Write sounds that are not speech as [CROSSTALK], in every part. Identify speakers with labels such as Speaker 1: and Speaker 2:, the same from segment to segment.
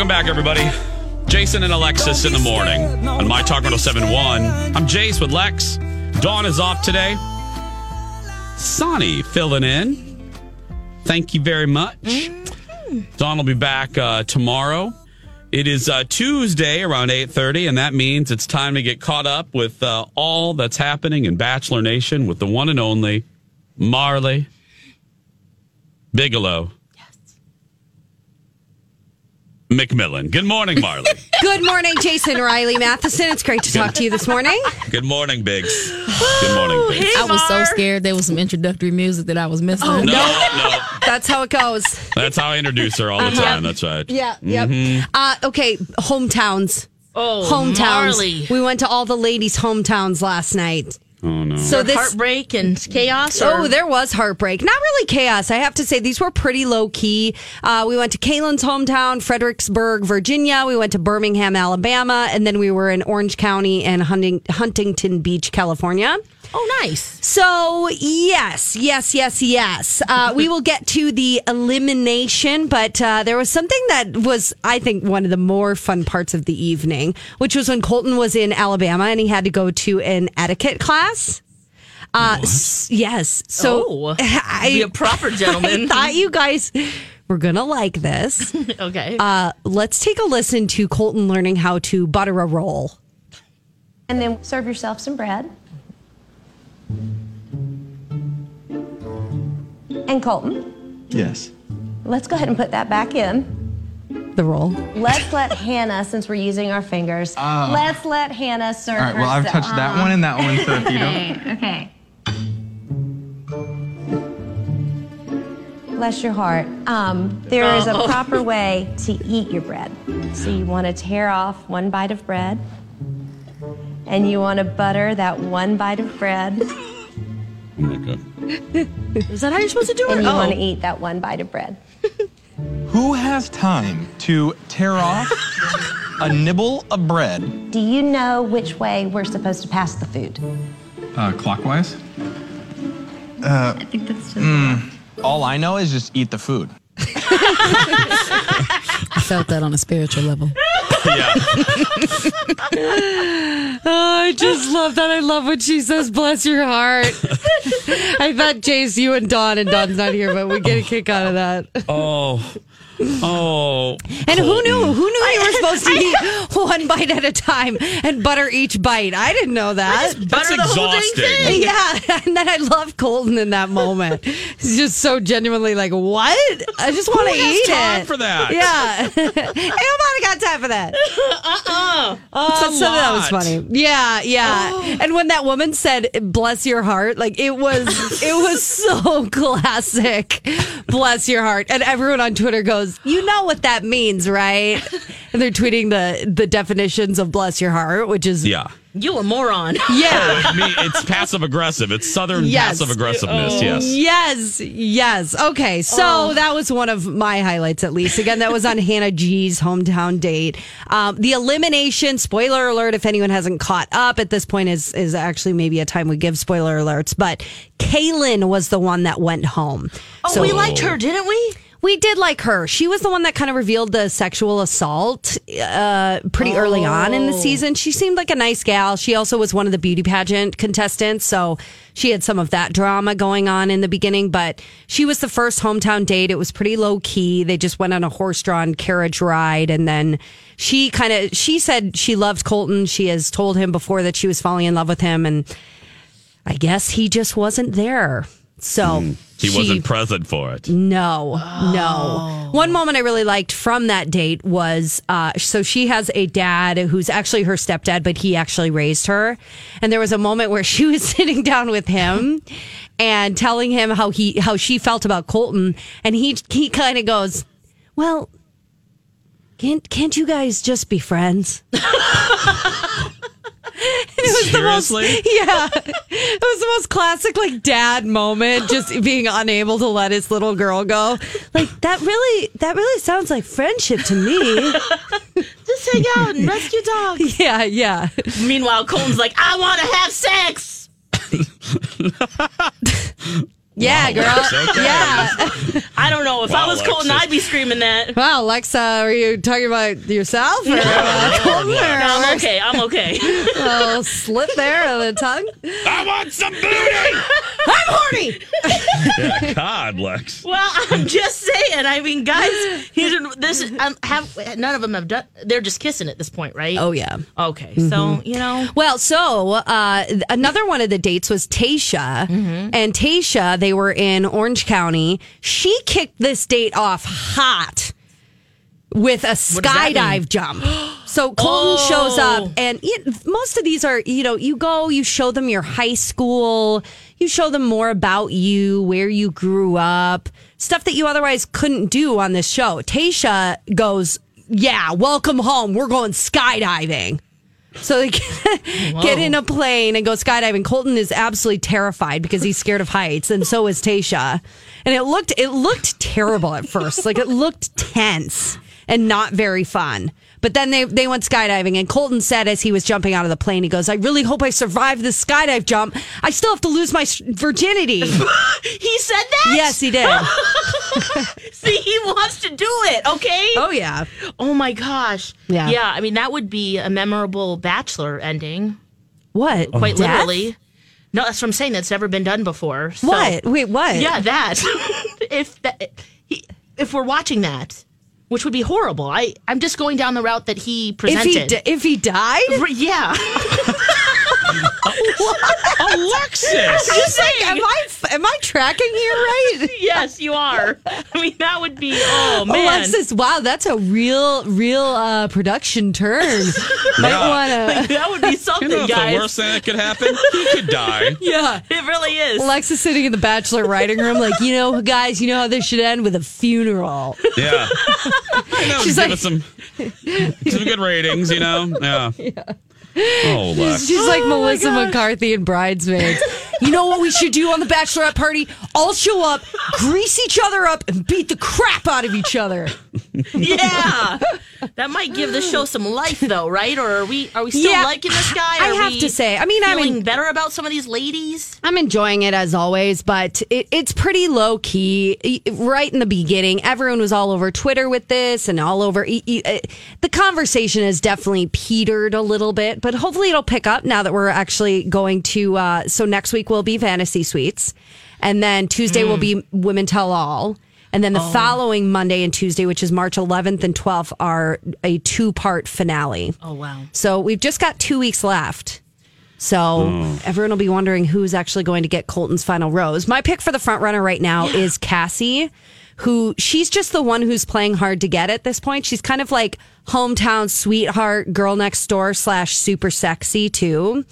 Speaker 1: Welcome back, everybody. Jason and Alexis in the morning on My Talk Riddle 71. I'm Jace with Lex. Dawn is off today. Sonny filling in. Thank you very much. Dawn will be back uh, tomorrow. It is uh, Tuesday around 8.30, and that means it's time to get caught up with uh, all that's happening in Bachelor Nation with the one and only Marley Bigelow. McMillan. Good morning, Marley.
Speaker 2: Good morning, Jason Riley Matheson. It's great to talk to you this morning.
Speaker 1: Good morning, Biggs. Good morning, Biggs.
Speaker 3: I was so scared there was some introductory music that I was missing.
Speaker 4: Oh,
Speaker 1: No, no.
Speaker 2: That's how it goes.
Speaker 1: That's how I introduce her all the time. That's right.
Speaker 2: Uh-huh. Yeah, yep. Uh, okay, hometowns.
Speaker 4: Oh,
Speaker 2: Hometowns.
Speaker 4: Marley.
Speaker 2: We went to all the ladies' hometowns last night.
Speaker 1: Oh, no.
Speaker 2: So this
Speaker 4: heartbreak and chaos. or-
Speaker 2: Oh, there was heartbreak. Not really chaos. I have to say, these were pretty low key. Uh, we went to Kaylin's hometown, Fredericksburg, Virginia. We went to Birmingham, Alabama. And then we were in Orange County and Hunting- Huntington Beach, California.
Speaker 4: oh, nice.
Speaker 2: So, yes, yes, yes, yes. Uh, we will get to the elimination, but uh, there was something that was, I think, one of the more fun parts of the evening, which was when Colton was in Alabama and he had to go to an etiquette class. Uh, s- yes. So,
Speaker 4: Oh,
Speaker 2: I,
Speaker 4: Be
Speaker 3: [LAUGHS]
Speaker 4: a proper
Speaker 2: I
Speaker 4: gentleman.
Speaker 2: thought you guys were going to like
Speaker 4: [LAUGHS]
Speaker 2: this.
Speaker 4: okay.
Speaker 2: Uh, let's take a listen to Colton learning how to butter a roll.
Speaker 5: And then serve yourself some bread. And Colton,
Speaker 6: Yes.
Speaker 5: let's go ahead and put that back in.
Speaker 2: The roll.
Speaker 5: Let's
Speaker 6: [LAUGHS]
Speaker 5: let Hannah, since we're using our fingers, let's let Hannah serve
Speaker 6: Ah. All right. Well, I've
Speaker 5: herself.
Speaker 6: touched that one and that one,
Speaker 7: [LAUGHS]
Speaker 6: so if you don't.
Speaker 5: Okay. Bless your heart. Um, there is a proper way to eat your bread. So you want to tear off one bite of bread, and you want to butter that one bite of bread.
Speaker 1: Oh, my God.
Speaker 4: Is that how you're supposed to do it?
Speaker 5: and you
Speaker 4: Oh.
Speaker 5: want to eat that one bite of bread.
Speaker 6: Who has time to tear off a nibble of bread?
Speaker 5: Do you know which way we're supposed to pass the food?
Speaker 6: Uh, clockwise.
Speaker 7: I think that's just
Speaker 6: Uh, hmm, All I know is just eat the food.
Speaker 3: I felt that on a spiritual level.
Speaker 1: Yeah.
Speaker 2: I just love that. I love when she says, bless your heart. I thought Jace, you and Dawn, and Dawn's not here, but we get a kick out of that.
Speaker 1: Oh. Oh.
Speaker 2: And who knew? Who knew you were supposed [LAUGHS] to eat one bite at a time and butter each bite? I didn't know that.
Speaker 1: That's
Speaker 4: Butter the whole dang
Speaker 1: exhausting.
Speaker 4: thing.
Speaker 2: Yeah. And then I love Colton in that moment. He's just so genuinely like, what? I just want to
Speaker 1: Who has
Speaker 2: eat
Speaker 1: time
Speaker 2: it.
Speaker 1: for that?
Speaker 2: Yeah. [LAUGHS] Ain't nobody got time for that. Oh,
Speaker 1: That's
Speaker 2: Uh-uh. so that was funny. Yeah, yeah. And when that woman said "bless your heart," like it was, it was so classic. Bless your heart, and everyone on Twitter goes, "You know what that means, right?" And they're tweeting the the definitions of "bless your heart," which is
Speaker 1: Yeah.
Speaker 4: You a moron.
Speaker 3: [LAUGHS]
Speaker 2: yeah.
Speaker 1: I mean, it's passive aggressive. It's Southern
Speaker 2: Yes. Oh,
Speaker 1: passive aggressiveness. Yes.
Speaker 2: Yes, yes. Okay, so
Speaker 4: Oh.
Speaker 2: that was one of my highlights, at least. Again, that was
Speaker 4: [LAUGHS]
Speaker 2: on Hannah G's hometown date. Um, the elimination. Spoiler alert: if anyone hasn't caught up at this point, is is actually maybe a time we give spoiler alerts. But Kaylin was the one that went home.
Speaker 4: Oh, we liked her, didn't we?
Speaker 2: We did like her. She was the one that kind of revealed the sexual assault uh, pretty early on in the season. She seemed like a nice gal. She also was one of the beauty pageant contestants, so she had some of that drama going on in the beginning. But she was the first hometown date. It was pretty low key. They just went on a horse-drawn carriage ride, and then she kind of she said she loved Colton. She has told him before that she was falling in love with him, and I guess he just wasn't there. So
Speaker 1: Hmm. He
Speaker 2: she-
Speaker 1: wasn't present for it.
Speaker 2: no, no. One moment I really liked from that date was uh, so she has a dad who's actually her stepdad, but he actually raised her. And there was a moment where she [LAUGHS] was sitting down with him and telling him how he how she felt about Colton, and he he kind of goes, "Well, can't can't you guys just be friends?" [LAUGHS]
Speaker 1: Seriously?
Speaker 2: yeah. It was the most classic, like, dad moment, just being unable to let his little girl go. Like, that really, that really sounds like friendship to me.
Speaker 4: Just hang out
Speaker 3: [LAUGHS]
Speaker 4: and rescue
Speaker 2: [LAUGHS]
Speaker 4: dogs.
Speaker 2: yeah, yeah.
Speaker 4: Meanwhile, Colton's like, I want to have sex.
Speaker 2: Yeah, girl.
Speaker 1: Okay.
Speaker 2: Yeah.
Speaker 4: I don't know. If
Speaker 1: Wow,
Speaker 4: I was Colton,
Speaker 1: Alexis.
Speaker 4: I'd be screaming that.
Speaker 2: Wow, Lexa, are you talking about yourself or uh, Colton
Speaker 4: No,
Speaker 2: or
Speaker 4: I'm okay. I'm okay.
Speaker 2: [LAUGHS] a little slip there of the tongue?
Speaker 1: I want some booty.
Speaker 2: [LAUGHS] I'm horny.
Speaker 1: yeah, God, Lex.
Speaker 4: well, I'm just saying. I mean, guys, these are this.
Speaker 2: Mm-hmm.
Speaker 4: Um, have none of them have done. They're just kissing at this point, right?
Speaker 2: Oh Mm-hmm. yeah.
Speaker 4: Okay. So you know. [LAUGHS]
Speaker 2: Well, so uh, th- another one of the dates was Tasha,
Speaker 4: Mm-hmm.
Speaker 2: and Tasha, they were in Orange County. She kicked this date off hot with a
Speaker 4: that mean?
Speaker 2: skydive
Speaker 4: [GASPS]
Speaker 2: jump. So Colton
Speaker 4: Oh.
Speaker 2: shows up, and it, most of these are you know you go, you show them your high school, you show them more about you, where you grew up, stuff that you otherwise couldn't do on this show. Tasha goes. Yeah, welcome home. We're going skydiving. So they get, [LAUGHS] get in a plane and go skydiving. Colton is absolutely terrified because he's scared of heights, and so is Tasha. And it looked it looked terrible at first. Like it looked tense and not very fun. But then they they went skydiving, and Colton said as he was jumping out of the plane, he goes, "I really hope I survive this skydive jump. I still have to lose my s-
Speaker 4: [LAUGHS]
Speaker 2: virginity."
Speaker 4: He said that.
Speaker 2: yes, he did.
Speaker 4: [LAUGHS]
Speaker 2: [LAUGHS]
Speaker 4: See, he wants to do it. Okay.
Speaker 2: Oh yeah.
Speaker 4: Oh my gosh.
Speaker 2: Yeah.
Speaker 4: Yeah. I mean, that would be a memorable bachelor ending,
Speaker 2: What?
Speaker 4: quite
Speaker 2: Oh. Death?
Speaker 4: literally. No, that's what I'm saying. That's never been done before. So-
Speaker 2: What? Wait, what?
Speaker 4: Yeah, that. [LAUGHS] if that, he, if we're watching that, which would be horrible. I I'm just going down the route that he
Speaker 2: If
Speaker 4: presented.
Speaker 2: he
Speaker 4: [LAUGHS]
Speaker 2: di- if he died,
Speaker 4: R- yeah. [LAUGHS]
Speaker 1: Alexis.
Speaker 2: Just like, am I am I tracking here
Speaker 4: [LAUGHS]
Speaker 2: right?
Speaker 4: yes, you are. I mean, that would be. Oh man.
Speaker 2: Alexis, wow, that's a real, real uh, production turn. Might
Speaker 1: Yeah.
Speaker 2: want to.
Speaker 4: [LAUGHS] That would be something,
Speaker 1: You know,
Speaker 4: guys.
Speaker 1: the worst thing that could happen, he could die.
Speaker 2: Yeah.
Speaker 4: It really is.
Speaker 2: Alexis sitting in the bachelor writing room, like, you know, guys, you know how this should end with a funeral.
Speaker 1: [LAUGHS] Yeah. You know, give
Speaker 2: She's like-
Speaker 1: us some, some good ratings, you know? Yeah. Oh, Lex.
Speaker 2: She's like Melissa McCarthy in Bridesmaids. You know what we should do on the bachelorette party? All show up, grease each other up, and beat the crap out of each other.
Speaker 4: yeah, that might give the show some life, though, right? Or are we are we still
Speaker 2: Yeah,
Speaker 4: liking this guy?
Speaker 2: I
Speaker 4: Are
Speaker 2: have
Speaker 4: we
Speaker 2: to say, I mean, I'm
Speaker 4: feeling
Speaker 2: in-
Speaker 4: better about some of these ladies.
Speaker 2: I'm enjoying it as always, but it, it's pretty low key. Right in the beginning, everyone was all over Twitter with this and all over. e- e- uh, The conversation has definitely petered a little bit, but hopefully it'll pick up now that we're actually going to. Uh, so next week will be Fantasy Suites, and then Tuesday will be
Speaker 4: Hmm.
Speaker 2: Women Tell All. And then the
Speaker 4: Oh.
Speaker 2: following Monday and Tuesday, which is March 11th and 12th, are a two part finale.
Speaker 4: Oh wow.
Speaker 2: So we've just got two weeks left. So everyone will be wondering who's actually going to get Colton's final rose. My pick for the front runner right now is Cassie, who she's just the one who's playing hard to get at this point. She's kind of like hometown sweetheart, girl next door slash super sexy too.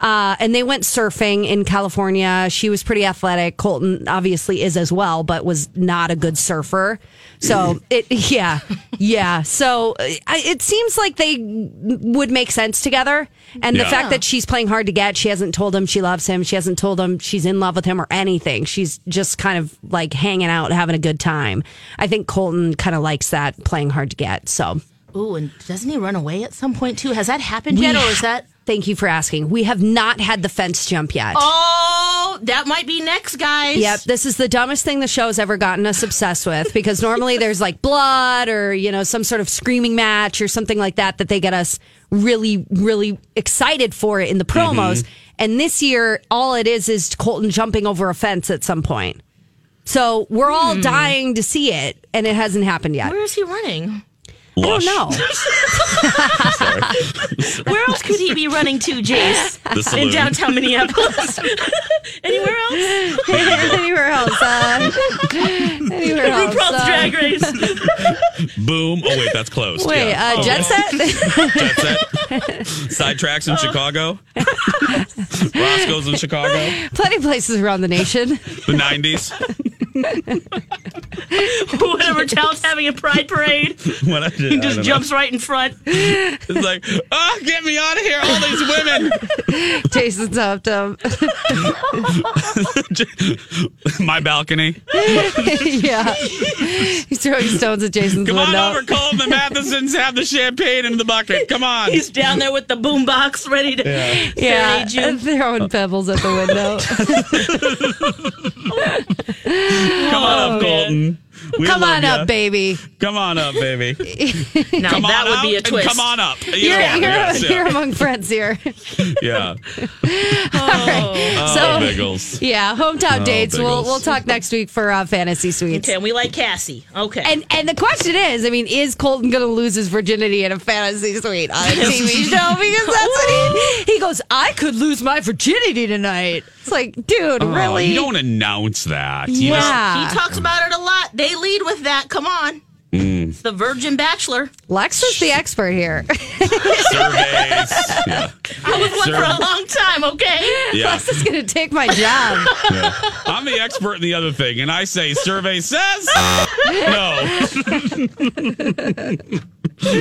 Speaker 2: Uh, and they went surfing in California. She was pretty athletic. Colton obviously is as well, but was not a good surfer. So it, yeah, yeah. So uh, I, it seems like they would make sense together. And the
Speaker 1: Yeah.
Speaker 2: fact that she's playing hard to get, she hasn't told him she loves him. She hasn't told him she's in love with him or anything. She's just kind of like hanging out, having a good time. I think Colton kind of likes that playing hard to get. So
Speaker 4: Ooh, and doesn't he run away at some point too? Has that happened yet, or is that?
Speaker 2: thank you for asking. We have not had the fence jump yet.
Speaker 4: Oh, that might be next, guys.
Speaker 2: Yep, this is the dumbest thing the show's ever gotten us obsessed with because normally there's like blood or, you know, some sort of screaming match or something like that that they get us really, really excited for it in the promos.
Speaker 1: Mm-hmm.
Speaker 2: And this year, all it is is Colton jumping over a fence at some point. So we're all
Speaker 1: Hmm.
Speaker 2: dying to see it, and it hasn't happened yet.
Speaker 4: Where is he running?
Speaker 2: I
Speaker 1: Lush.
Speaker 2: don't know.
Speaker 4: Where else could he be running to, Jace?
Speaker 1: [LAUGHS] The
Speaker 4: In
Speaker 1: saloon.
Speaker 4: downtown Minneapolis. [LAUGHS] Anywhere
Speaker 2: [LAUGHS]
Speaker 4: else?
Speaker 2: anywhere else. Uh, anywhere else.
Speaker 4: RuPaul's
Speaker 2: uh, [LAUGHS]
Speaker 4: Drag Race.
Speaker 1: Boom. Oh, wait, that's closed.
Speaker 2: wait,
Speaker 1: yeah.
Speaker 2: uh,
Speaker 1: oh,
Speaker 2: Jet
Speaker 1: wait.
Speaker 2: Set? [LAUGHS]
Speaker 1: Jet set. Sidetracks in Chicago. Roscoe's in Chicago. [LAUGHS]
Speaker 2: Plenty of places around the nation.
Speaker 1: The 90s.
Speaker 4: Whatever child's having a pride parade,
Speaker 1: When I
Speaker 4: he
Speaker 1: did- I don't
Speaker 4: just
Speaker 1: know.
Speaker 4: jumps right in front.
Speaker 1: It's like, ah, get me out of here! All these women. [LAUGHS]
Speaker 2: Jason's up to
Speaker 1: My balcony. [LAUGHS]
Speaker 2: yeah. He's throwing stones at Jason's
Speaker 1: Come on
Speaker 2: window.
Speaker 1: over, Colton. The Mathesons have the champagne in the bucket. Come on.
Speaker 4: He's down there with the boombox ready to
Speaker 2: Yeah,
Speaker 4: serenade
Speaker 2: [LAUGHS]
Speaker 4: you.
Speaker 2: throwing pebbles at the
Speaker 1: [LAUGHS]
Speaker 2: window.
Speaker 1: Come on up, Colton. We
Speaker 2: Come
Speaker 1: love
Speaker 2: on
Speaker 1: ya.
Speaker 2: up, baby.
Speaker 1: Come on up, baby.
Speaker 4: Now
Speaker 1: Come
Speaker 4: that
Speaker 1: on
Speaker 4: would
Speaker 1: out
Speaker 4: be a
Speaker 1: and
Speaker 4: twist.
Speaker 1: Come on up. You
Speaker 2: You're,
Speaker 1: know,
Speaker 2: you're,
Speaker 1: yes,
Speaker 2: you're
Speaker 1: yeah.
Speaker 2: among friends here.
Speaker 1: yeah.
Speaker 2: so,
Speaker 1: [LAUGHS]
Speaker 2: [LAUGHS]
Speaker 1: Oh, Biggles.
Speaker 2: yeah, hometown dates. We'll
Speaker 1: Biggles. [LAUGHS]
Speaker 2: we'll talk next week for uh, fantasy suites.
Speaker 4: Okay, and we like Cassie. Okay.
Speaker 2: And and the question is, I mean, is Colton going to lose his virginity in a fantasy suite on a TV show? Because that's what
Speaker 1: [LAUGHS]
Speaker 2: he he goes. I could lose my virginity tonight. It's like, dude,
Speaker 1: Oh,
Speaker 2: really?
Speaker 1: you don't announce that. You just-
Speaker 2: yeah,
Speaker 4: he talks about it a lot. They lead with that. Come on.
Speaker 1: Mm.
Speaker 4: It's the Virgin Bachelor.
Speaker 2: Lex is the expert here. [LAUGHS]
Speaker 1: [LAUGHS] surveys. Yeah.
Speaker 4: I was one
Speaker 1: Sir.
Speaker 4: for a long time, okay?
Speaker 1: Yeah.
Speaker 2: Lex is going to take
Speaker 1: [LAUGHS]
Speaker 2: my job.
Speaker 1: yeah. I'm the expert in the other thing, and I say survey says no.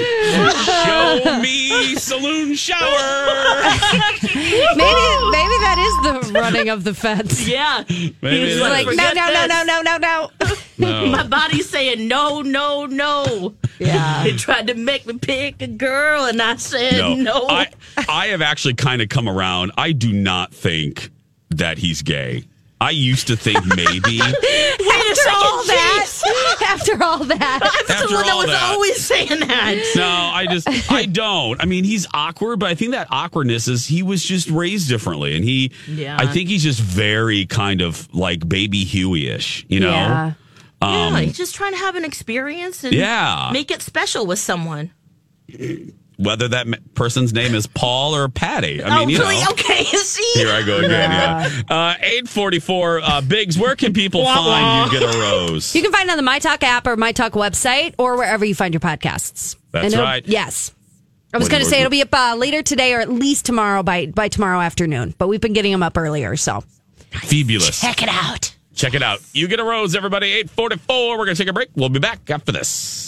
Speaker 1: Show me saloon shower.
Speaker 2: Maybe maybe that is
Speaker 4: [LAUGHS]
Speaker 2: the running of the fence.
Speaker 4: Yeah.
Speaker 1: Maybe
Speaker 4: He's
Speaker 1: it
Speaker 4: like,
Speaker 1: is.
Speaker 4: "No, Forget this."
Speaker 2: no, no, no,
Speaker 4: [LAUGHS]
Speaker 2: no.
Speaker 1: Oh.
Speaker 4: My body's saying no, no, no.
Speaker 2: Yeah.
Speaker 4: They tried to make me pick a girl, and
Speaker 1: [LAUGHS]
Speaker 4: I said no.
Speaker 1: I, I have actually kind of come around. I do not think that he's gay. I used to
Speaker 4: [LAUGHS]
Speaker 1: think maybe.
Speaker 2: After all that, [LAUGHS] after all that,
Speaker 4: I'm the
Speaker 1: After
Speaker 4: one that
Speaker 1: all
Speaker 4: was
Speaker 1: that.
Speaker 4: always saying that.
Speaker 1: No, I just
Speaker 4: [LAUGHS]
Speaker 1: I don't. I mean, he's awkward, but I think that awkwardness is he was just raised differently, and he.
Speaker 4: Yeah.
Speaker 1: I think he's just very kind of like baby Huey-ish, you know.
Speaker 2: Yeah.
Speaker 4: yeah, he's just trying to have an experience and
Speaker 1: um, Yeah.
Speaker 4: make it special with someone.
Speaker 1: Whether that m- person's name is Paul or Patty, I mean,
Speaker 4: oh,
Speaker 1: you
Speaker 4: really?
Speaker 1: know.
Speaker 4: Okay, [LAUGHS] see?
Speaker 1: Here I go again. Yeah. Uh, Eight forty-four. Uh, Biggs, where can people
Speaker 4: Wah,
Speaker 1: find you? Get a rose.
Speaker 2: you can find it on the My Talk app or My Talk website or wherever you find your podcasts.
Speaker 1: That's
Speaker 2: And it'll-
Speaker 1: right.
Speaker 2: Yes. I was
Speaker 1: What-
Speaker 2: going to
Speaker 1: what-
Speaker 2: say it'll be up uh, later today or at least tomorrow by by tomorrow afternoon, but we've been getting them up earlier. So
Speaker 1: Fabulous.
Speaker 4: Check it out.
Speaker 1: Check it out. You get a rose, everybody. 844. We're going to take a break. We'll be back after this.